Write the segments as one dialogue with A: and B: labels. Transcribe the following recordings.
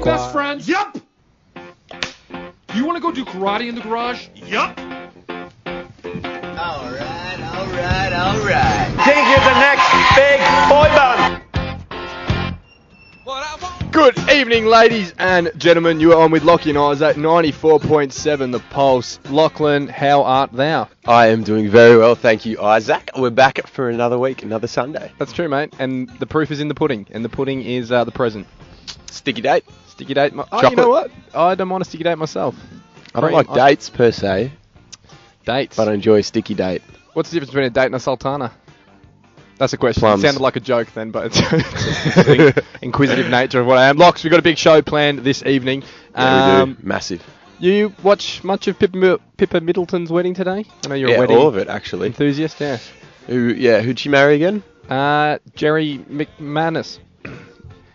A: best
B: garage.
A: friends? Yup. You want to go do karate in the garage?
C: Yup.
D: All right, all right, all right.
E: Dig is the next big boy band.
F: Good evening, ladies and gentlemen. You are on with Lockie and Isaac, 94.7 The Pulse. Lachlan, how art thou?
E: I am doing very well, thank you, Isaac. We're back for another week, another Sunday.
F: That's true, mate. And the proof is in the pudding, and the pudding is uh, the present.
E: Sticky date.
F: Sticky date. My- oh, you
E: Chocolate.
F: know what? I don't want a sticky date myself.
E: I don't
F: Cream.
E: like
F: I-
E: dates per se,
F: Dates.
E: but I enjoy a sticky date.
F: What's the difference between a date and a sultana? That's a question.
E: Plums.
F: It sounded like a joke then, but it's, it's the inquisitive nature of what I am. Locks, we've got a big show planned this evening.
E: Yeah, we
F: Um,
E: do. Massive.
F: You watch much of Pippa, Mi- Pippa Middleton's wedding today? I know you're
E: yeah,
F: a wedding
E: all of it actually.
F: enthusiast, yeah.
E: Who? Yeah, who'd she marry again?
F: Uh, Jerry McManus.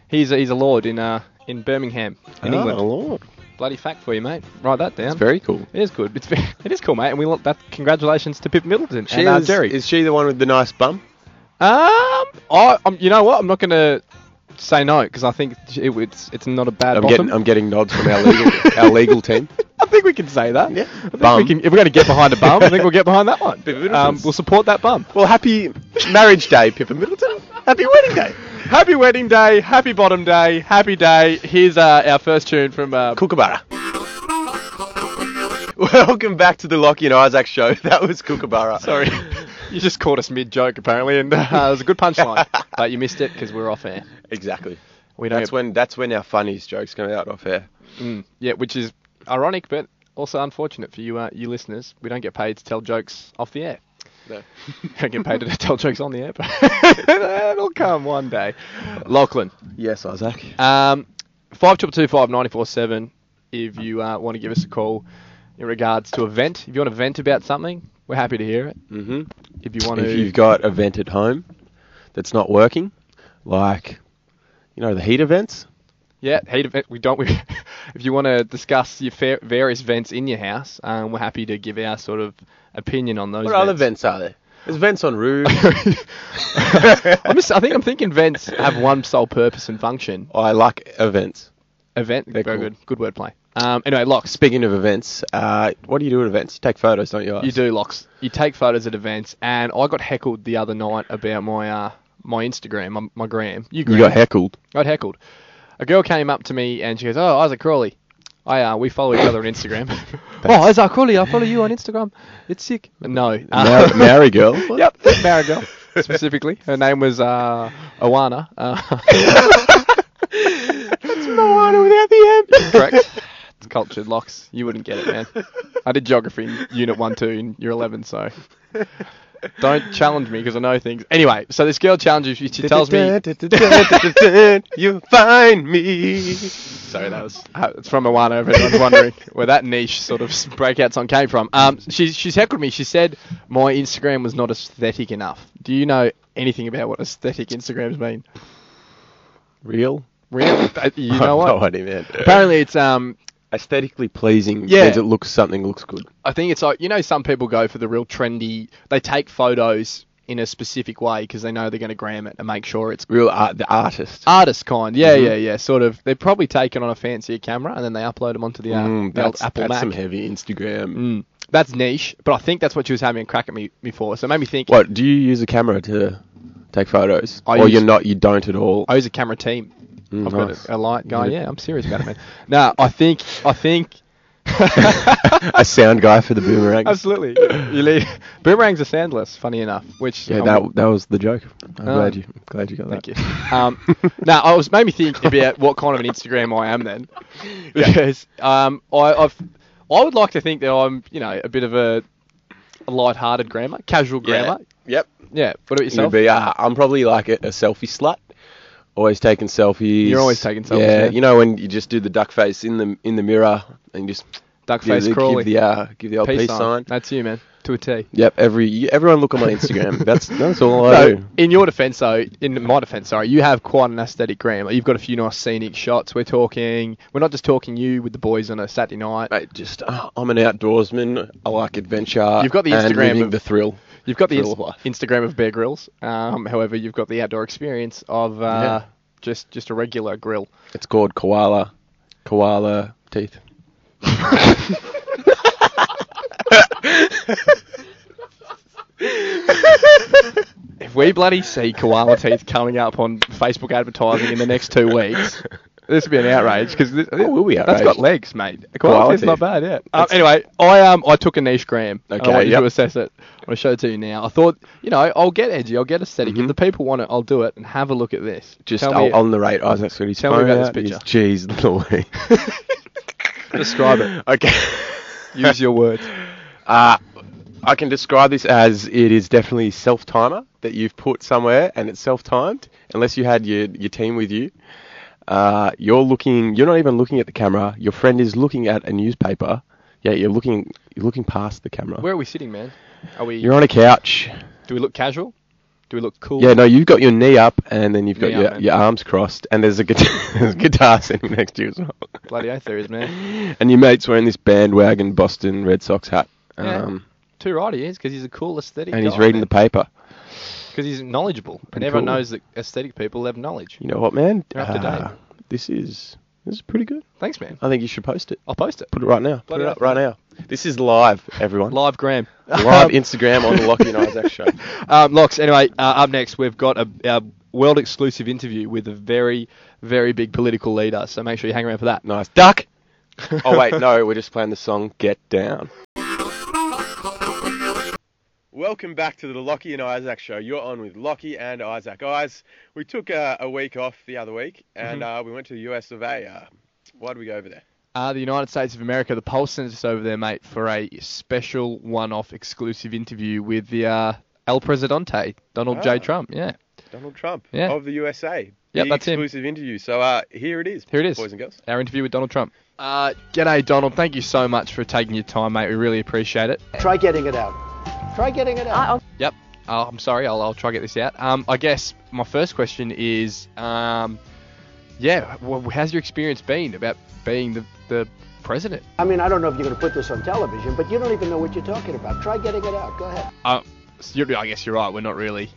F: He's a, he's a lord in uh, in Birmingham, in
E: Oh,
F: England.
E: Lord.
F: Bloody fact for you, mate. Write that down.
E: It's very cool.
F: it is good. It's very, it is cool, mate. And we want that. Congratulations to Pip Middleton
E: She
F: and uh,
E: is,
F: Jerry.
E: Is she the one with the nice bum?
F: Um, I, um, you know what? I'm not gonna say no because I think it, it's it's not a bad
E: I'm
F: bottom.
E: getting, um, I'm getting nods from our legal, our legal team.
F: I think we can say that.
E: Yeah.
F: I think
E: Bum.
F: we can, if we're gonna get behind a bum, I think we'll get behind that one.
E: Pippa
F: Um,
E: Middleton's.
F: we'll support that bum.
E: Well, happy marriage day, Pippa Middleton. Happy wedding day.
F: Happy wedding day, happy bottom day, happy day. Here's uh, our first tune from uh,
E: Kookaburra. Welcome back to the Lockie and Isaac show. That was Kookaburra.
F: Sorry. You just caught us mid joke, apparently, and uh, it was a good punchline. but you missed it because we're off air.
E: Exactly.
F: We don't.
E: That's when that's when our funniest jokes come out off air.
F: Mm, yeah, which is ironic, but also unfortunate for you, uh, you listeners. We don't get paid to tell jokes off the air.
E: No.
F: We don't get paid to tell jokes on the air, but it'll come one day. Lachlan,
E: Yes, Isaac.
F: um, five triple two five ninety four seven. If you uh, want to give us a call in regards to a vent, if you want to vent about something, we're happy to hear it.
E: hmm
F: If you want to,
E: If you've got a vent at home that's not working, like you know the heat events,
F: Yeah, heat event. We don't. We, if you want to discuss your fair, various vents in your house, um, we're happy to give our sort of opinion on those.
E: What other vents are there? There's vents on roofs.
F: I'm just, I think I'm thinking vents have one sole purpose and function.
E: I like events.
F: Event.
E: They're
F: very
E: cool.
F: good. Good wordplay. Um, anyway, locks.
E: Speaking of events, uh, what do you do at events? You take photos, don't you? Ice?
F: You do locks. You take photos at events, and I got heckled the other night about my uh, my Instagram, my, my gram. You,
E: You
F: gram.
E: got heckled.
F: I got heckled. A girl came up to me and she goes, "Oh, Isaac Crawley, I uh, we follow each other on Instagram." oh, Isaac Crawley, I follow you on Instagram. It's sick. No,
E: Mar-
F: uh,
E: Maori girl.
F: yep, Mara girl specifically. Her name was uh, Awana. Uh,
E: Moana without the M.
F: correct. It's cultured locks. You wouldn't get it, man. I did geography in Unit One, Two in Year Eleven, so. Don't challenge me because I know things. Anyway, so this girl challenges you. She tells me
E: you find me.
F: Sorry, that was uh, it's from Moana. If anyone's wondering where that niche sort of breakout song came from, um, she's she's heckled me. She said my Instagram was not aesthetic enough. Do you know anything about what aesthetic Instagrams mean?
E: Real?
F: Really? Uh, You know
E: I have
F: what?
E: No idea, man.
F: Apparently, it's um,
E: aesthetically pleasing
F: Yeah.
E: means it looks something looks good.
F: I think it's like you know, some people go for the real trendy. They take photos in a specific way because they know they're going to gram it and make sure it's
E: Real art, the artist.
F: artist kind. Yeah,
E: Mhm.
F: yeah, yeah. Sort of. They're probably taken on a fancier camera and then they upload them onto the, uh,
E: Mm,
F: the old
E: that's
F: Apple
E: that's
F: Mac.
E: some heavy Instagram.
F: Mm. That's niche, but I think that's what she was having a crack at me, me for. So it made me think
E: What do you use a camera to take photos,
F: I
E: or
F: use-
E: you're not? You don't at all.
F: I use oh, a camera team.
E: Mm,
F: I've
E: nice.
F: got a, a light guy.
E: Yeah.
F: Yeah, I'm serious about it, man. no, I think I think
E: a sound guy for the boomerang.
F: absolutely. You leave, boomerangs are soundless. Funny enough, which
E: Yeah,
F: I'm-
E: that that was the joke. I'm
F: Oh.
E: glad you glad you got
F: Thank you.
E: that.
F: Um, now, I was made me think about what kind of an Instagram I am then, because um, I, I've I would like to think that I'm you know a bit of a, a light-hearted grammar, casual grammar.
E: Yep.
F: Yeah. What about
E: You'd
F: yourself?
E: be. Uh, I'm probably like a, a selfie slut. Always taking selfies.
F: You're always taking selfies,
E: Yeah,
F: yeah.
E: You know when you just do the duck face in the in the mirror and just give
F: Duckface
E: the,
F: Crawley.
E: give the uh, give the old peace, sign.
F: That's you, man. To a T.
E: Yep. Every you- everyone look on my Instagram. that's that's all I
F: So,
E: do.
F: in your defence, though, in my defence, sorry, you have quite an aesthetic gram. Like, you've got a few nice scenic shots. We're talking, we're not just talking you with the boys on a Saturday night.
E: Mate, just uh, I'm an outdoorsman. I like adventure.
F: You've got the
E: and
F: Instagram
E: living
F: of-
E: the thrill.
F: You've got the
E: Thrill
F: ins-
E: of life.
F: Instagram of Bear Grylls. Um, however, you've got the outdoor experience of uh,
E: Yeah.
F: just just a regular grill.
E: It's called koala koala teeth.
F: If we bloody see koala teeth coming up on Facebook advertising in the next two weeks, this would be an outrage because
E: Oh, we'll be
F: that's got
E: outraged.
F: legs, mate. A
E: Koala
F: koala teeth's
E: teeth.
F: not bad, yeah. Um, anyway, I um I took a niche gram. and I
E: Okay,
F: want you
E: yep.
F: to assess it. I want to show it to you now. I thought, you know, I'll get edgy, I'll get aesthetic. If the people want it, I'll do it and have a look at this.
E: Mm-hmm. Just
F: Tell
E: I'll,
F: me-
E: I'll narrate Isaac's when he's
F: tell me
E: phone
F: about this
E: out and he's-
F: picture.
E: Jeez, Louise.
F: describe it.
E: Okay.
F: Use your words.
E: Uh, I can describe this as it is definitely self timer that you've put somewhere and it's self timed, unless you had your, your team with you. Uh, you're looking, you're not even looking at the camera. Your friend is looking at a newspaper. Yeah, you're looking, you're looking past the camera.
F: Where are we sitting, man? Are we?
E: You're on a couch.
F: do we look casual? Do we look cool?
E: Yeah, no, you've got your knee up and then you've got
F: Knee up
E: your,
F: and-
E: your arms crossed and there's a guitar, there's a guitar sitting next to you as well.
F: Bloody oath there is, man.
E: And your mate's wearing this bandwagon Boston Red Sox hat.
F: Yeah.
E: Um,
F: Too right he is because he's a cool aesthetic.
E: and he's reading the paper.
F: because he's knowledgeable, and
E: Pretty
F: everyone
E: cool.
F: knows that aesthetic people have knowledge.
E: You know what, man?
F: You're up to date.
E: Uh, This is this is pretty good.
F: Thanks, man.
E: I think you should post it.
F: I'll post it.
E: Put it right now. Put
F: Bloody
E: it up
F: oath,
E: right now. This is live, everyone. Live,
F: Live gram.
E: Instagram on the Lockie and Isaac show.
F: Um, Locks, anyway, uh, up next, we've got a, a world exclusive interview with a very, very big political leader. So make sure you hang around for that.
E: Nice duck. Oh wait, no, we're just playing the song "Get Down." Welcome back to the Lockie and Isaac show. You're on with Lockie and Isaac. Guys, we took uh, a week off the other week, and uh, we went to the US of A. Uh, why did we go over there?
F: Uh, the United States of America, the Pulse sent us over there, mate, for a special one off exclusive interview with the uh, El Presidente, Donald
E: Ah.
F: J. Trump. Yeah.
E: Donald Trump
F: Yeah.
E: of the USA.
F: Yep,
E: the
F: that's him.
E: exclusive interview. So uh, here it is.
F: Here it is.
E: boys and girls.
F: Our interview with Donald Trump. Uh, g'day, Donald. Thank you so much for taking your time, mate. We really appreciate it.
B: Try getting it out. Try getting it out.
F: Yep. Uh, I'm sorry. I'll, I'll try to get this out. Um, I guess my first question is, um, yeah, wh- how's your experience been about being the, the president?
B: I mean, I don't know if you're going to put this on television, but you don't even know what you're talking about. Try getting it out. Go ahead.
F: Uh, so you're- I guess you're right. We're not really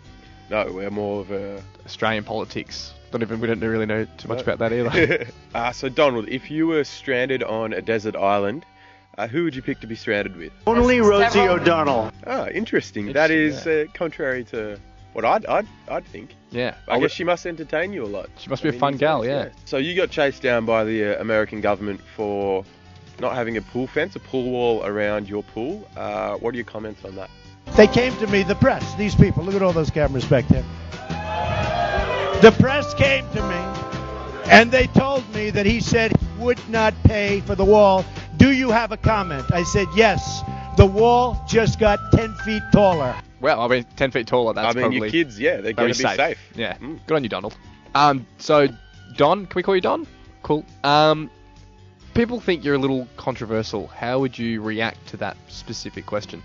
E: No, we're more of a.
F: Australian politics. Don't even we don't really know too much
E: No.
F: about that either.
E: uh, so Donald, if you were stranded on a desert island, uh, who would you pick to be stranded with?
B: Only Rosie O'Donnell.
E: Ah, interesting. That is
F: Interesting,
E: uh, contrary to what I'd I'd, I'd think.
F: yeah.
E: I guess she must entertain you a lot.
F: She must
E: I
F: be a fun
E: it's
F: gal,
E: nice,
F: Oh, yeah.
E: So you got chased down by the uh, American government for not having a pool fence, a pool wall around your pool. Uh, what are your comments on that?
C: They came to me, the press, these people. Look at all those cameras back there. The press came to me and they told me that he said he would not pay for the wall. Do you have a comment? I said, yes. The wall just got 10 feet taller.
F: well, I mean, ten feet taller. That's
E: I mean, your
F: probably
E: kids, yeah, they're
F: very
E: going to be safe.
F: Yeah.
E: Mm.
F: Good on you, Donald. Um, so Don, can we call you Don? Cool. Um, people think you're a little controversial. How would you react to that specific question?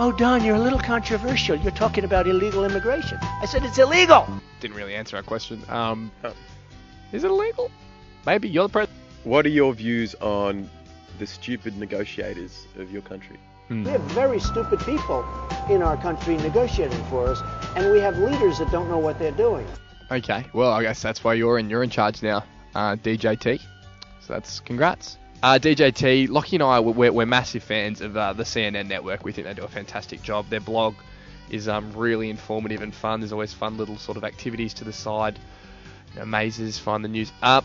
B: Oh, Don, you're a little controversial. You're talking about illegal immigration. I said it's illegal.
F: Didn't really answer our question. Um,
E: Huh.
F: is it illegal? Maybe you're the president.
E: What are your views on the stupid negotiators of your country?
B: We have very stupid people in our country negotiating for us, and we have leaders that don't know what they're doing.
F: Okay. Well, I guess that's why you're in. You're in charge now, uh, DJT. So that's congrats. Uh, DJT, Lockie and I, we're, we're massive fans of uh, the CNN network. We think they do a fantastic job. Their blog is um, really informative and fun. There's always fun little sort of activities to the side. You know, mazes, find the news. Uh,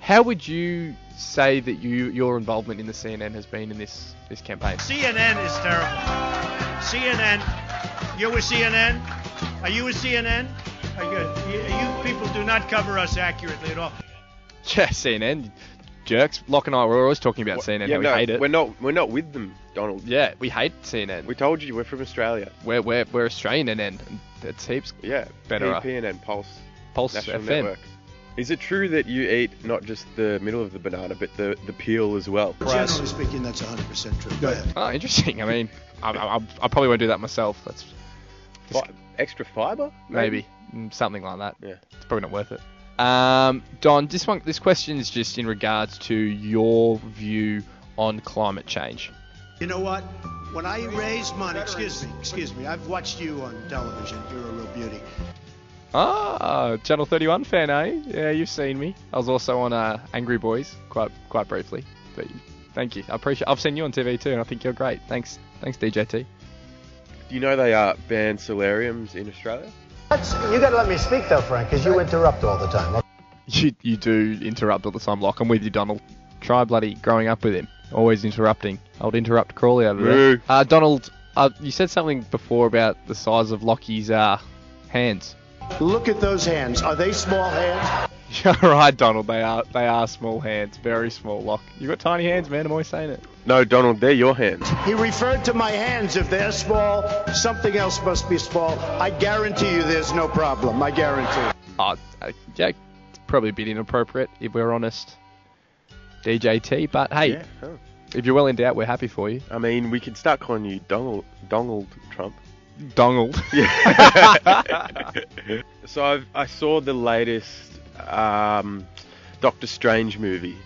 F: how would you say that you your involvement in the CNN has been in this this campaign?
C: CNN is terrible. CNN. You're with CNN? Are you with CNN? Are you, you, you people do not cover us accurately at all.
F: Yeah, CNN jerks. Lock and I were always talking about
E: What-
F: CNN.
E: yeah,
F: how we
E: no,
F: hate it.
E: We're not, we're not with them, Donald.
F: yeah, we hate CNN.
E: We told you we're from Australia.
F: we're, we're, we're Australian and, and it's heaps
E: Yeah,
F: Better, uh,
E: PPNN Pulse
F: Pulse
E: National
F: FM.
E: Network. Is it true that you eat not just the middle of the banana, but the, the peel as well?
C: Generally speaking, that's 100% true. Go ahead.
F: Oh, interesting. I mean, I, I, I- I probably won't do that myself. That's
E: Fi- extra fiber?
F: maybe Mm, something like that.
E: Yeah.
F: It's probably not worth it. Um, Don, this one, this question is just in regards to your view on climate change.
C: You know what? When I raise money, excuse me, excuse me, I've watched you on television. You're a real beauty.
F: Ah, Channel 31 fan, eh? Yeah, you've seen me. I was also on uh, Angry Boys quite quite briefly. But thank you. I appreciate I've seen you on TV too, and I think you're great. Thanks. Thanks, DJT.
E: Do you know they uh, banned solariums in Australia?
B: That's, you got to let me speak though, Frank, because you interrupt all the time.
F: You, you do interrupt all the time, Lock. I'm with you, Donald. Try bloody growing up with him. Always interrupting. I'll interrupt Crawley over
E: Boo.
F: there. Uh, Donald, uh, you said something before about the size of Lockie's uh, hands.
B: Look at those hands. Are they small hands?
F: You're right, Donald. They are they are small hands, very small. Lock. You got tiny hands, man. I'm always saying it.
E: No, Donald, they're your hands.
B: He referred to my hands. If they're small, something else must be small. I guarantee you there's no problem. I guarantee.
F: Oh, uh, yeah, it's probably a bit inappropriate if we're honest. DJT, but hey,
E: Yeah. oh.
F: if you're well in doubt, we're happy for you.
E: I mean, we could start calling you Donald, Donald Trump.
F: Donald.
E: So I've, I saw the latest um, Doctor Strange movie,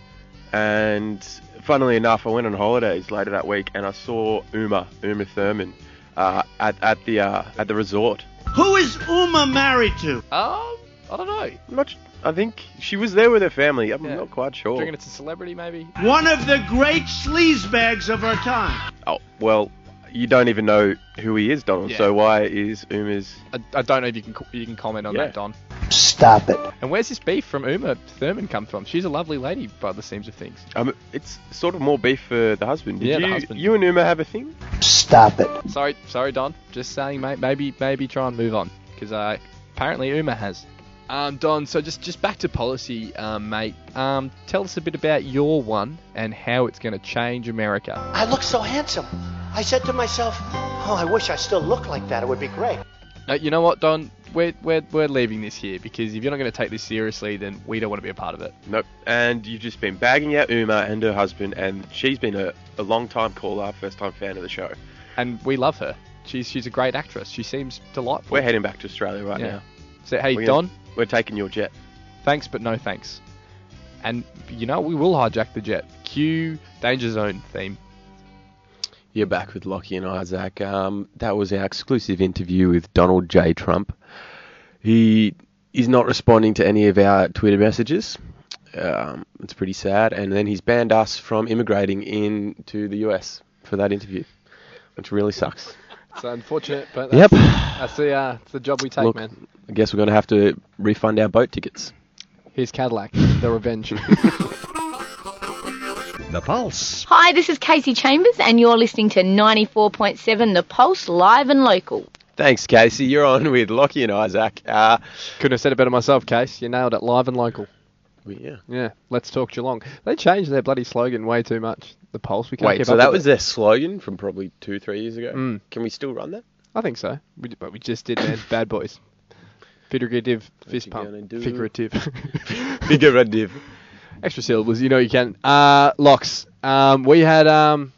E: and funnily enough, I went on holidays later that week, and I saw Uma Uma Thurman uh, at, at the uh, at the resort.
C: Who is Uma married to?
F: um, I don't know.
E: I'm not, I think she was there with her family. I'm
F: Yeah.
E: not quite sure.
F: Thinking it's a celebrity, maybe.
C: One of the great sleazebags of our time.
E: Oh well, you don't even know who he is, Donald.
F: Yeah.
E: So why is Uma's?
F: I, I don't know if you can co- you can comment on
E: Yeah.
F: that, Don.
B: Stop it.
F: And where's this beef from Uma Thurman come from? She's a lovely lady, by the seams of things.
E: Um, it's sort of more beef for the husband. Did
F: Yeah,
E: you,
F: the husband.
E: You and Uma have a thing?
B: Stop it.
F: Sorry, sorry, Don. Just saying, mate. Maybe, maybe try and move on because uh, apparently Uma has. Um, Don. So just, just back to policy, um, mate. Um, tell us a bit about your one and how it's going to change America.
B: I look so handsome. I said to myself, oh, I wish I still looked like that. It would be great.
F: No, you know what, Don? We're, we're, we're leaving this here because if you're not going to take this seriously, then we don't want to be a part of it.
E: Nope. And you've just been bagging out Uma and her husband, and she's been a, a long time caller, first time fan of the show.
F: And we love her. She's she's a great actress. She seems delightful.
E: We're heading back to Australia right
F: Yeah.
E: now.
F: So hey,
E: We're
F: Don.
E: gonna- we're taking your jet.
F: Thanks, but no thanks. And you know we will hijack the jet. Cue danger zone theme.
E: You're back with Lockie and Isaac. Um, that was our exclusive interview with Donald J. Trump. He is not responding to any of our Twitter messages. Um, it's pretty sad. And then he's banned us from immigrating into the US for that interview, which really sucks.
F: It's unfortunate, but
E: Yep.
F: that's, that's the uh, that's the job we take,
E: Look,
F: man.
E: I guess we're going to have to refund our boat tickets.
F: Here's Cadillac, the revenge. Hey,
G: The Pulse.
H: Hi, this is Casey Chambers, and you're listening to 94.7 The Pulse Live and Local.
E: Thanks, Casey. You're on with Lockie and Isaac. Uh,
F: Couldn't have said it better myself, Case. You nailed it, live and local.
E: yeah.
F: Yeah, let's talk Geelong. They changed their bloody slogan way too much. The pulse. We can't
E: Wait,
F: keep
E: so
F: up
E: that
F: with
E: was
F: it.
E: their slogan from probably two, three years ago.
F: Mm.
E: Can we still run that?
F: I think so, we, but we just did, man. Bad boys. Figurative fist
E: you
F: pump.
E: gonna do?
F: Figurative.
E: Figurative.
F: Extra syllables, you know you can. Uh, locks. Um, we had um,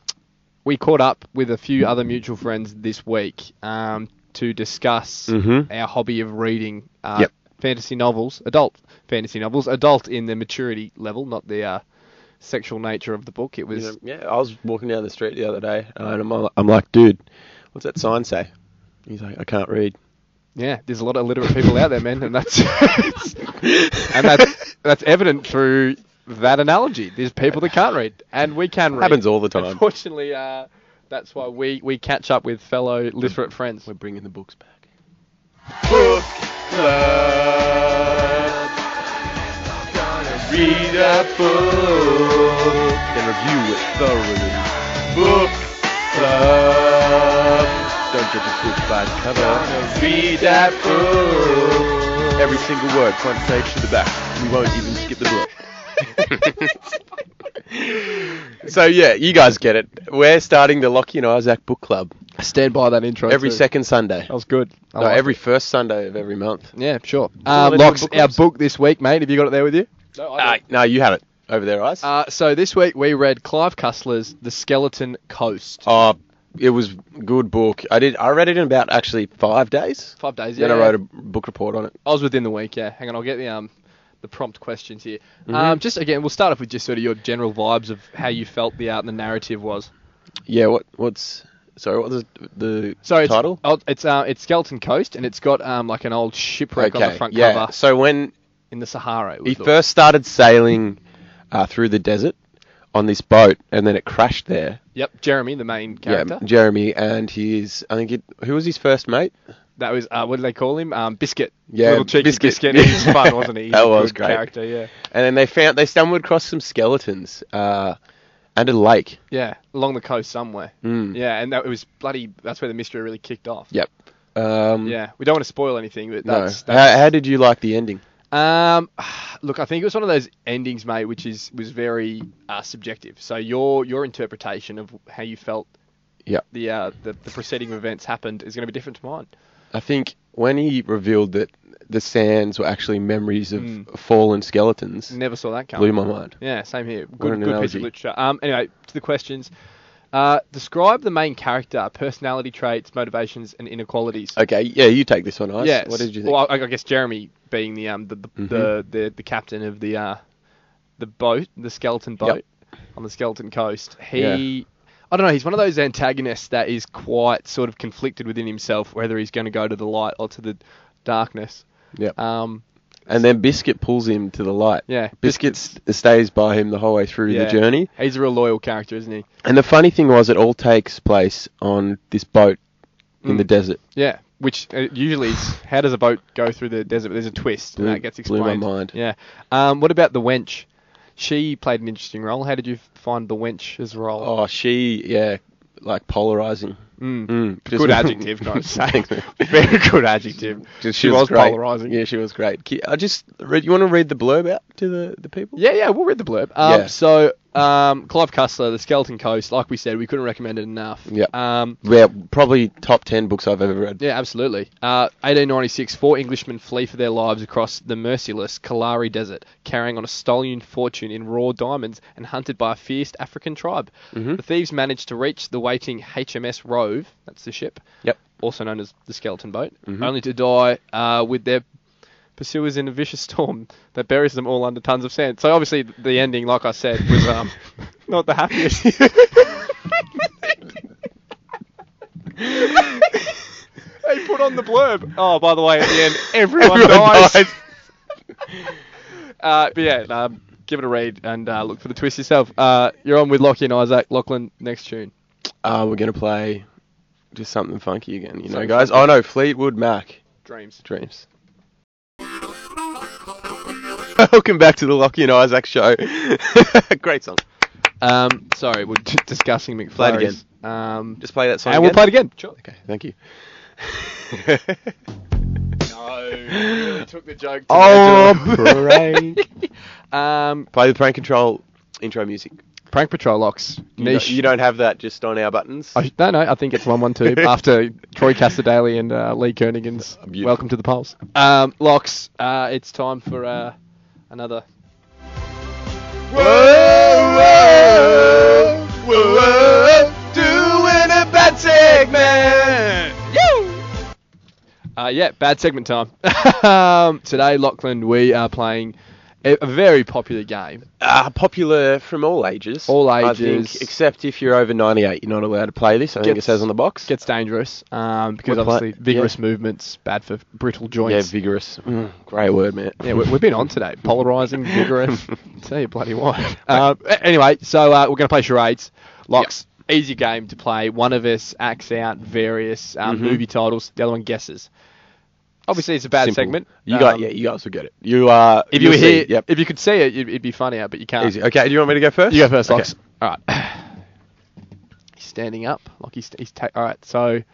F: we caught up with a few other mutual friends this week um, to discuss
E: Mhm.
F: our hobby of reading uh,
E: Yep.
F: fantasy novels, adult fantasy novels, adult in the maturity level, not the uh, sexual nature of the book. It was
E: You know, yeah, I was walking down the street the other day, uh, and I'm, I'm like, dude, what's that sign say? He's like, I can't read.
F: yeah. There's a lot of illiterate people out there, man, and that's and that's that's evident through that analogy. There's people that can't read, and we can read.
E: Happens all the time.
F: Unfortunately, uh, that's why we, we catch up with fellow literate friends.
E: We're bringing the books back. Read a book and review it thoroughly. Book club. Don't judge a book by its cover. read that book. Every single word, front page to the back. We won't even skip the book. so yeah, you guys get it. We're starting the Lockie and Isaac book club
F: I stand by that intro.
E: every
F: too.
E: second Sunday.
F: That was good. I
E: No,
F: liked
E: every first Sunday of every month.
F: it. Yeah, sure.
E: wanna
F: Um,
E: do
F: Locks,
E: book
F: our
E: clubs?
F: book this week, mate. Have you got it there with you? No,
E: Uh, no, you have it over there, Ice.
F: Uh, so this week we read Clive Cussler's The Skeleton Coast.
E: oh, it was good book. I did. I read it in about actually five days.
F: Five days.
E: Then
F: yeah.
E: I wrote a book report on it.
F: I was within the week. Yeah. Hang on, I'll get the um the prompt questions here.
E: Mm-hmm.
F: Um, just again, we'll start off with just sort of your general vibes of how you felt the art and the narrative uh, was.
E: Yeah. What? What's Sorry, what was the
F: So it's
E: title?
F: oh, it's uh, it's Skeleton Coast, and it's got um like an old shipwreck on the front
E: yeah.
F: cover
E: So when
F: in the Sahara. it
E: he
F: was thought.
E: first started sailing uh, through the desert on this boat, and then it crashed there.
F: Yep, Jeremy, the main character.
E: Yeah, Jeremy and his I think it, who was his first mate?
F: that was uh, what do they call him? Um, Biscuit.
E: Yeah,
F: little cheeky
E: Biscuit.
F: Biscuit. He was fun, wasn't he? He's
E: That
F: a
E: was
F: good
E: great.
F: Character, yeah,
E: And then they found they stumbled across some skeletons uh, and a lake.
F: yeah, along the coast somewhere.
E: Hmm.
F: Yeah, and that it was bloody. That's where the mystery really kicked off.
E: Yep. Um,
F: Yeah, we don't want to spoil anything, but
E: No.
F: that's,
E: how, how did you like the ending?
F: Um, look, I think it was one of those endings, mate, which is was very uh, subjective. So your your interpretation of how you felt
E: Yeah.
F: the uh, the, the preceding events happened is going to be different to mine.
E: I think when he revealed that the sands were actually memories of
F: Hmm.
E: fallen skeletons,
F: Never saw that coming.
E: blew my mind.
F: Yeah, same here. Good,
E: an
F: good piece
E: analogy.
F: of literature. Um, anyway, to the questions. Uh, describe the main character, personality traits, motivations, and inequalities.
E: Okay, yeah, you take this one, Ice.
F: Yes.
E: What did you think? Mm-hmm.
F: Well, I, I guess Jeremy being the um the the, the, the the captain of the uh the boat, the skeleton boat on the skeleton coast. He I don't know, he's one of those antagonists that is quite sort of conflicted within himself whether he's going to go to the light or to the darkness.
E: Yep.
F: Um
E: and then Biscuit pulls him to the light.
F: Yeah,
E: Biscuit s- stays by him the whole way through
F: yeah.
E: the journey.
F: He's a real loyal character, isn't he?
E: And the funny thing was, it all takes place on this boat in
F: Hmm.
E: the desert.
F: Yeah, which uh, usually is how does a boat go through the desert? But there's a twist
E: Blew-
F: and that gets
E: blew my
F: explained.
E: mind.
F: Yeah. Um, what about the wench? She played an interesting role. How did you find the wench's role?
E: Oh, she, yeah, like polarizing. Mm. Just-
F: Hmm. good adjective, no, saying.
E: Thanks, man.
F: Very good adjective.
E: Just-
F: she was
E: great.
F: polarizing.
E: Yeah, she was great. Ki- I just read, you want to read the blurb out to the, the people?
F: Yeah, yeah, we'll read the blurb. Um,
E: Yeah.
F: So, um, Clive Cussler, The Skeleton Coast, like we said, we couldn't recommend it enough.
E: Yep.
F: Um,
E: Yeah, probably top ten books I've ever read.
F: yeah, absolutely. Uh, 1896, four Englishmen flee for their lives across the merciless Kalari Desert, carrying on a stolen fortune in raw diamonds and hunted by a fierce African tribe. The thieves manage to reach the waiting HMS Rove, that's the ship,
E: Yep.
F: also known as the Skeleton Boat, only to die uh, with their pursuers in a vicious storm that buries them all under tons of sand. So obviously, th- the ending, like I said, was um, not the happiest. they put on the blurb. Oh, by the way, at the end, everyone, dies. Uh, but yeah, um, give it a read and uh, look for the twist yourself. Uh, you're on with Lockie and Isaac. Lachlan, next tune.
E: Uh, we're gonna play just something funky again, you know,
F: Something
E: guys. Oh no, Fleetwood Mac
F: Dreams.
E: dreams. Welcome back to the Lockie and Isaac show. Great song.
F: Um, sorry, we're d- discussing McFlurries.
E: Play it again.
F: Um,
E: Just play that song.
F: and we'll play it again. Sure.
E: Okay, thank you.
F: No, took the joke. To Oh. um,
E: play the prank control intro music.
F: prank patrol locks.
E: You, don't-
F: Niche.
E: you don't have that just on our buttons.
F: I, no, no. I think it's one one two after Troy Casterdaly and uh, Lee Kernighan's
E: Beautiful.
F: "Welcome to the Pulse." Um, locks. Uh, it's time for uh, another.
E: whoa, whoa, whoa, doing a bad segment.
F: Uh, yeah, bad segment time. um, today, Lachlan, we are playing a, a very popular game.
E: Uh, popular from all ages.
F: All
E: I
F: ages.
E: think, except if you're over 98, you're not allowed to play this. I think it
F: Gets-
E: says on the box.
F: Gets dangerous um, because
E: We're pla-
F: obviously vigorous
E: yeah.
F: movements bad for brittle
E: yeah,
F: joints.
E: vigorous. Mm, great word, man.
F: Yeah, we, we've been on today. Polarizing, vigorous. Tell you bloody what. Um, a- anyway, so uh, we're going to play charades. Locks, easy game to play. One of us acts out various um, movie titles. The other one guesses. Obviously, it's a bad
E: Simple.
F: segment.
E: You got,
F: Um,
E: yeah, you guys will get it. You are.
F: If you were
E: you'll see,
F: here,
E: yep.
F: if you could see it, it'd, it'd be funnier, but you can't.
E: Easy. Okay, do you want me to go first?
F: You go first,
E: Okay.
F: Locks. All right. He's standing up. Like he's, he's ta- all right. So,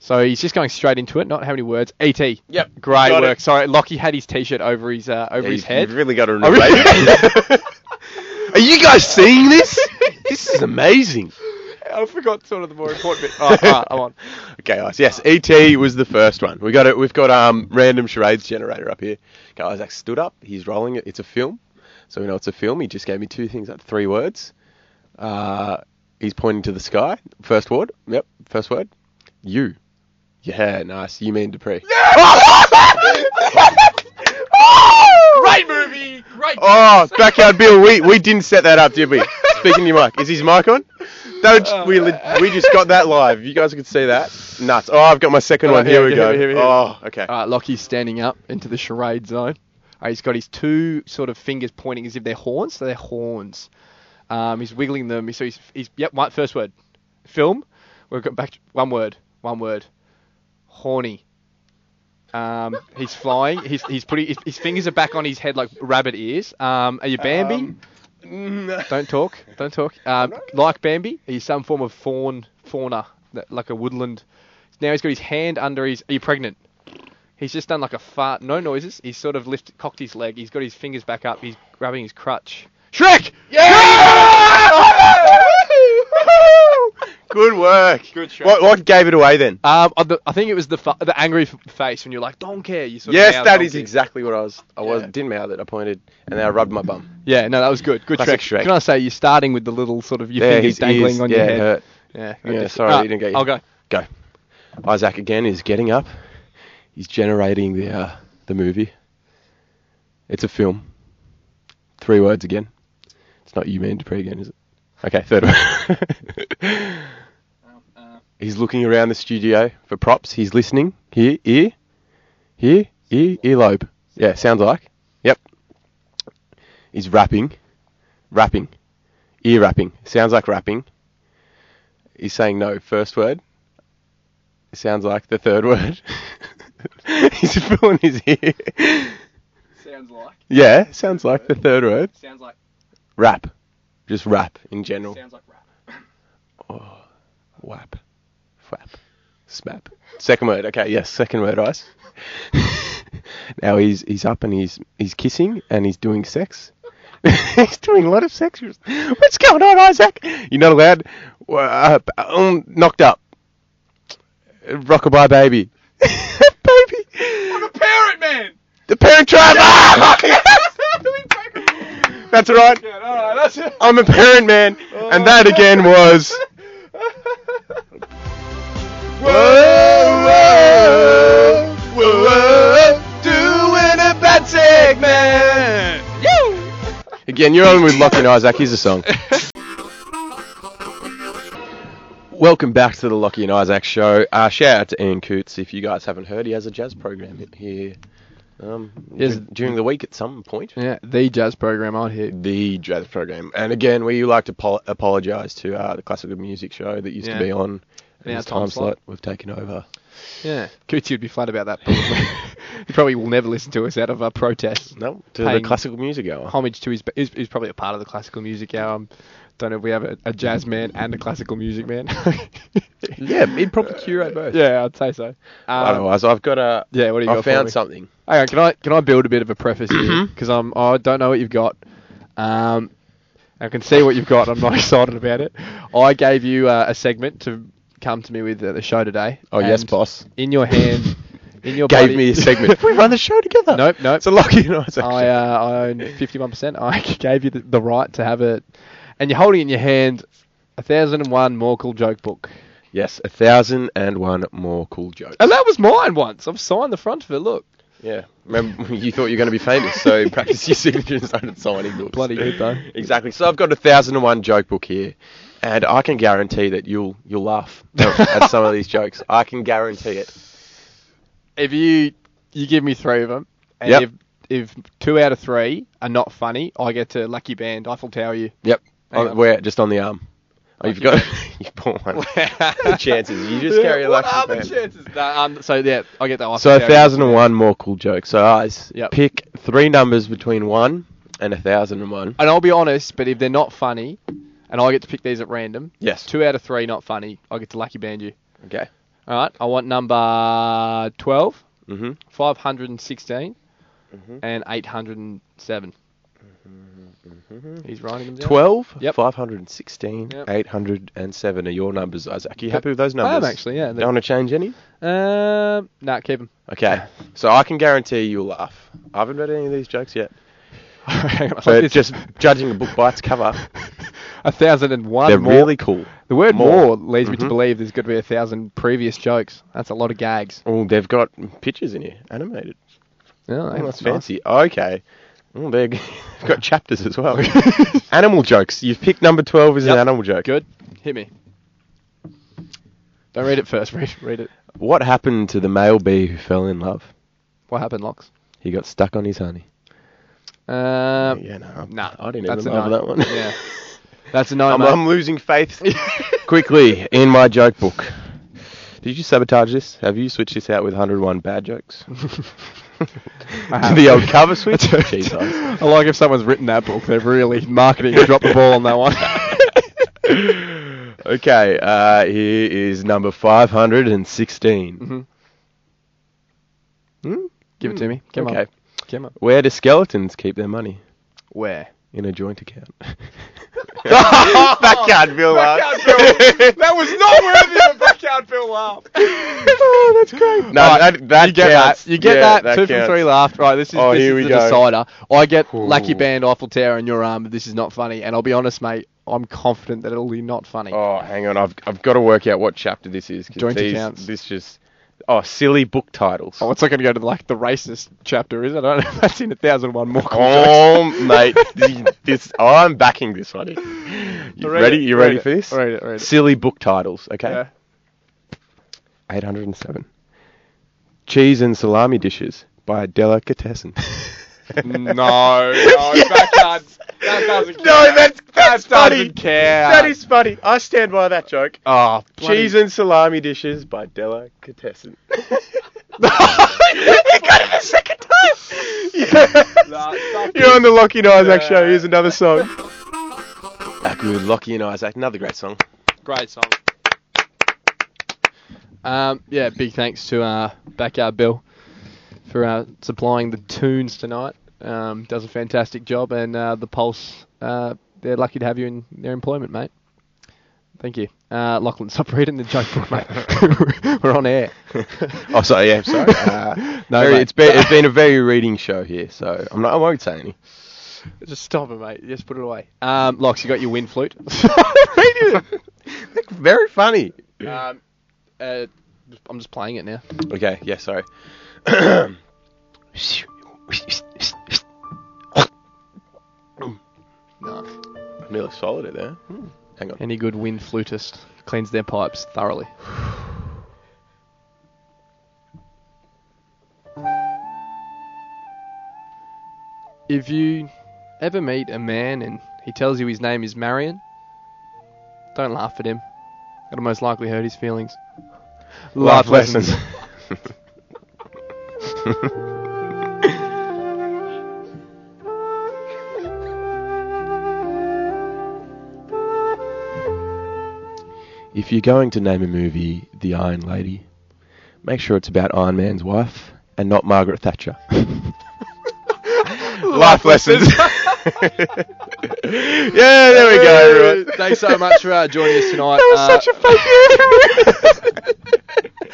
F: so he's just going straight into it. Not how many words. Et.
E: Yep,
F: Great
E: got it.
F: work. Sorry, Lockie had his t-shirt over his uh, over
E: Yeah,
F: his
E: you've-
F: head.
E: You've really got to
F: Oh,
E: remember.
F: really?
E: Are you guys seeing this? this is amazing.
F: I forgot sort of the more important bit. Alright, alright, I'm on.
E: Okay, guys. Yes, ET was the first one. We got it. We've got um random charades generator up here. Okay, Isaac stood up. He's rolling it. It's a film, so we know it's a film. He just gave me two things, like three words. Uh, he's pointing to the sky. First word. Yep. First word. You. Yeah, nice. You mean Dupree?
F: Great movie! Great
E: Oh, backyard Bill. We we didn't set that up, did we? Speaking to your mic. Is his mic on? Don't we? le- We just got that live. You guys could see that. Nuts. Oh, I've got my second
F: All
E: one.
F: right,
E: Here
F: here,
E: we
F: here,
E: go.
F: here, here.
E: Oh, okay.
F: All right, Lockie's Uh, standing up into the charade zone. Uh, he's got his two sort of fingers pointing as if they're horns. So they're horns. Um, he's wiggling them. So he's, he's yep. One, first word, film. We've got back to, one word. One word. Horny. Um, he's flying. He's he's putting his, his fingers are back on his head like rabbit ears. Um, are you Bambi? Don't talk. Don't talk. Uh, like Bambi, he's some form of faun, fauna, that- like a woodland. Now he's got his hand under his. Are you pregnant? He's just done like a fart. No noises. He's sort of lifted, cocked his leg. He's got his fingers back up. He's grabbing his crutch. Shrek!
E: Yeah! Good work.
G: Good shot.
E: What, what gave it away then?
F: Um, uh, the- I think it was the fa- the angry f- face when you're like, don't care. You sort of
E: yes,
F: mouth,
E: that
F: "Don't
E: is
F: care."
E: exactly what I was. I was
F: Yeah.
E: didn't mouth it. I pointed, and then I rubbed my bum.
F: Yeah, no, that was good. Good
E: Classic
F: Shrek.
E: Shrek.
F: Can I say you're starting with the little sort of your
E: Yeah,
F: fingers
E: his
F: dangling
E: ears-
F: on
E: yeah,
F: your
E: it
F: head?
E: hurt.
F: Yeah,
E: Yeah, sorry,
F: Ah,
E: we didn't get you.
F: I'll go.
E: Go. Isaac again is getting up. He's generating the uh, the movie. It's a film. Three words again. It's not you mean Dupree again, is it? Okay, third one. He's looking around the studio for props. He's listening. Here, ear, here, ear, earlobe. Yeah, sounds like. Yep. He's rapping, rapping, ear rapping. Sounds like rapping. He's saying no first word. It sounds like the third word. He's filling his ear.
F: Sounds like.
E: Yeah, sounds like the third word.
F: Sounds like.
E: Rap. Just rap in general.
F: like rap.
E: Whap. Flap. Smap. Second word. Okay, yes, second word, ice. now he's he's up and he's he's kissing and he's doing sex. he's doing a lot of sex. What's going on, Isaac? You're not allowed. Uh, um, knocked up. Rockabye baby. baby.
G: Parrot man!
E: The parent trap. That's right.
G: Alright, that's it.
E: I'm a parent man, and that again was. Whoa, whoa, whoa, doing a bad segment. Again, you're on with Lockie and Isaac. Here's the song. Welcome back to the Lockie and Isaac show. Uh, shout out to Ian Coots. If you guys haven't heard, he has a jazz program here um,
F: Yes.
E: during the week at some point
F: Yeah, the jazz program on here.
E: the jazz program. And again, we like to pol- apologise to uh, the classical music show that used
F: Yeah.
E: to be on
F: In
E: in
F: our
E: this
F: time
E: time
F: slot.
E: slot. We've taken over.
F: Yeah. Coochie would be flat about that. Probably. he probably will never listen to us out of uh, protest.
E: No, to
F: Paying-
E: the classical music hour.
F: Homage to his. He's, he's probably a part of the classical music hour. Um, don't know if we have a, a jazz man and a classical music man.
E: yeah, he'd probably curate both.
F: yeah, I'd say so. Um,
E: Otherwise, I've got a.
F: yeah, what do you
E: I
F: got for
E: found
F: me?
E: something.
F: Hang on, can I can I build a bit of a preface here? Because I'm I don't know what you've got. Um, I can see what you've got. I'm not excited about it. I gave you uh, a segment to come to me with at the show today.
E: Oh yes,
F: and
E: boss.
F: In your hand, in your
E: Gave
F: bloody-
E: me a segment. we run the show together.
F: Nope, nope.
E: It's a lucky night.
F: I,
E: actually.
F: uh, I own 51%. I gave you the, the right to have it. And you're holding in your hand a 1001 more cool joke book.
E: yes, a thousand and one more cool jokes.
F: And that was mine once. I've signed the front of it. Look.
E: Yeah. Remember, you thought you were going to be famous, so practice your signature and started signing books.
F: Bloody good, though.
E: Exactly. So I've got a thousand and one joke book here, and I can guarantee that you'll you'll laugh at some of these jokes. I can guarantee it.
F: If you you give me three of them, and
E: Yep.
F: if if two out of three are not funny, I get to lucky band Eiffel Tower you.
E: Yep.
F: Hang
E: Oh,
F: on.
E: where just on the arm. Oh, you've got you bought one. no chances. You just carry a
F: what
E: lucky
F: are the
E: band.
F: chances? No, um, so yeah, I get the Eiffel
E: So a
F: Tower.
E: thousand and one more cool jokes. So guys,
F: Yep.
E: pick three numbers between one and a thousand and one.
F: And I'll be honest, but if they're not funny, and I get to pick these at random,
E: Yes.
F: two out of three not funny, I get to lucky band you.
E: Okay.
F: All right, I want number 12,
E: Mm-hmm.
F: 516, and 807. He's writing them down.
E: 12,
F: Yep.
E: 516,
F: Yep.
E: 807 are your numbers, Isaac. Are you
F: Yep.
E: happy with those
F: I am
E: numbers?
F: actually, yeah.
E: Don't want to change any?
F: Um, nah, keep them.
E: Okay. So I can guarantee you'll laugh. I haven't read any of these jokes yet.
F: Hang on,
E: But
F: this-
E: just judging a book by its cover,
F: a thousand and one.
E: they're
F: more.
E: really cool.
F: The word
E: more.
F: more, leads me to
E: Mhm.
F: believe there's going to be a thousand previous jokes. That's a lot of gags.
E: Oh, they've got pictures in here, animated.
F: Yeah,
E: Oh, that's
F: nice.
E: fancy. Okay. Oh, they're, they've got chapters as well. animal jokes. You've picked number 12 as an
F: Yep.
E: animal joke.
F: Good. Hit me. Don't read it first. Read, read it.
E: What happened to the male bee who fell in love?
F: What happened, Locks?
E: He got stuck on his honey.
F: Um,
E: yeah, no. I'm-
F: nah,
E: I didn't
F: that's
E: even
F: a
E: love
F: no.
E: that one.
F: Yeah. That's a no,
E: I'm,
F: mate.
E: I'm losing faith quickly in my joke book. Did you sabotage this? Have you switched this out with 101 bad jokes? to the old cover switch? Jeez, I-
F: I like if someone's written that book, they've really marketing dropped the ball on that one.
E: okay, uh, here is number 516.
F: Mm-hmm.
E: Hmm?
F: Give it to me. Come
E: okay.
F: on. Come on.
E: Where do skeletons keep their money?
F: Where?
E: In a joint account. Backyard Bill
G: Backyard Bill. that was not worthy of a backyard Bill laugh.
E: oh, that's great. No,
F: Alright,
E: that, that
F: you get
E: counts.
F: that. You get
E: Yeah,
F: that. Two from
E: counts.
F: three laughed. Right, this is,
E: Oh,
F: this
E: here we
F: is the
E: go.
F: decider. I get Lucky
E: Ooh.
F: Band, Eiffel Tower, and your arm, but this is not funny. And I'll be honest, mate, I'm confident that it'll be not funny.
E: Oh, hang on. I've, I've got to work out what chapter this is. 'cause
F: Joint
E: these-
F: accounts.
E: This just. Oh, silly book titles.
F: Oh, it's not going to go to like the racist chapter, is it? I don't know. That's in a thousand one more.
E: Oh, mate. th- this, oh, I'm backing this one. in. You
F: Read
E: ready?
F: it,
E: You
F: read
E: ready
F: it,
E: for this?
F: read it, read it.
E: Silly book titles, okay?
F: Yeah.
E: 807. Cheese and salami dishes by Delicatessen.
F: no, no, backyard. That doesn't
E: No, that's, that's
F: That
E: funny.
F: doesn't care.
E: That is funny. I stand by that joke.
F: Oh, bloody-
E: Cheese and salami dishes by Delicatessen. you got it the second time. You're on the Lockie and Isaac show. Here's another song. Back with Lockie and Isaac. Another great song.
F: Great song. Um, yeah, big thanks to uh, Backyard Bill for uh, supplying the tunes tonight. Um, does a fantastic job, and uh, the Pulse, uh, they're lucky to have you in their employment, mate. Thank you. Uh, Lachlan, stop reading the joke book, mate. We're on air.
E: Oh, sorry. Yeah, sorry. Uh,
F: No,
E: very,
F: mate.
E: it's been it's been a very reading show here, so I'm not. I won't say any.
F: Just stop it, mate. Just put it away. Um, Lox, you got your wind flute.
E: Very funny.
F: um, uh, I'm just playing it now.
E: Okay. Yeah. Sorry.
F: No.
E: I nearly swallowed it there. Hmm. Hang on.
F: Any good wind flutist cleans their pipes thoroughly. If you ever meet a man and he tells you his name is Marion, don't laugh at him. It'll most likely hurt his feelings.
E: Life lessons. if you're going to name a movie The Iron Lady, make sure it's about Iron Man's wife and not Margaret Thatcher. Life lessons. yeah, there we go, everyone.
F: Thanks so much for uh, joining us tonight.
E: That was
F: Uh,
E: such a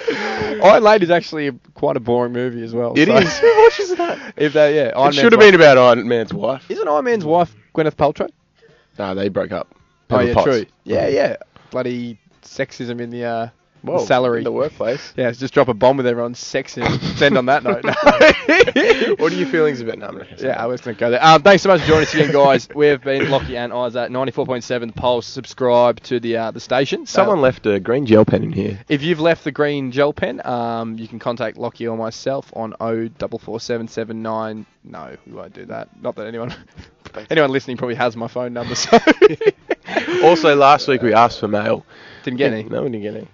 E: fake
F: Iron Lady is actually quite a boring movie as well.
E: It
F: so-
E: is. Who watches that?
F: If they, yeah, Iron
E: it should have
F: Man's
E: been about Iron Man's wife.
F: Isn't Iron Man's wife Gwyneth Paltrow?
E: No, they broke up.
F: Oh
E: Pepper
F: yeah,
E: Potts.
F: true. Yeah, yeah. Bloody sexism in the, uh, the
E: Whoa,
F: salary.
E: in the workplace.
F: Yeah, just drop a bomb with everyone's sexism. Send on that note.
E: what are your feelings about? No, I'm not gonna say
F: Yeah,
E: that.
F: I was going to go there. Um, thanks so much for joining us again, guys. We've been Lockie and Isaac, 94.7 The Pulse. Subscribe to the uh, the station.
E: Someone
F: Uh,
E: left a green gel pen in here.
F: if you've left the green gel pen, um, you can contact Lockie or myself on 044779. No, we won't do that. Not that anyone anyone listening probably has my phone number, so
E: Also, last week we asked for mail.
F: didn't get any.
E: No, we didn't get any.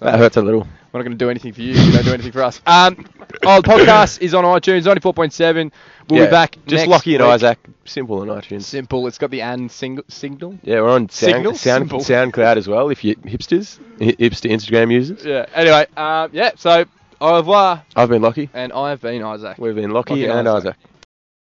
E: That hurts a little.
F: We're not going to do anything for you. if You don't do anything for us. Um, oh, the podcast is on iTunes, 94.7. We'll
E: Yeah,
F: be back
E: Just
F: next
E: Lockie and
F: week.
E: Isaac. Simple on iTunes.
F: Simple. It's got the and single, signal.
E: Yeah, we're on
F: Signal?
E: Sound, Sound,
F: Simple.
E: SoundCloud as well. If you hipsters, hi- hipster Instagram users.
F: Yeah. Anyway, um, yeah, so au revoir.
E: I've been Lockie.
F: And I have been Isaac.
E: We've been Lockie,
F: Lockie and
E: and
F: Isaac.
E: Isaac.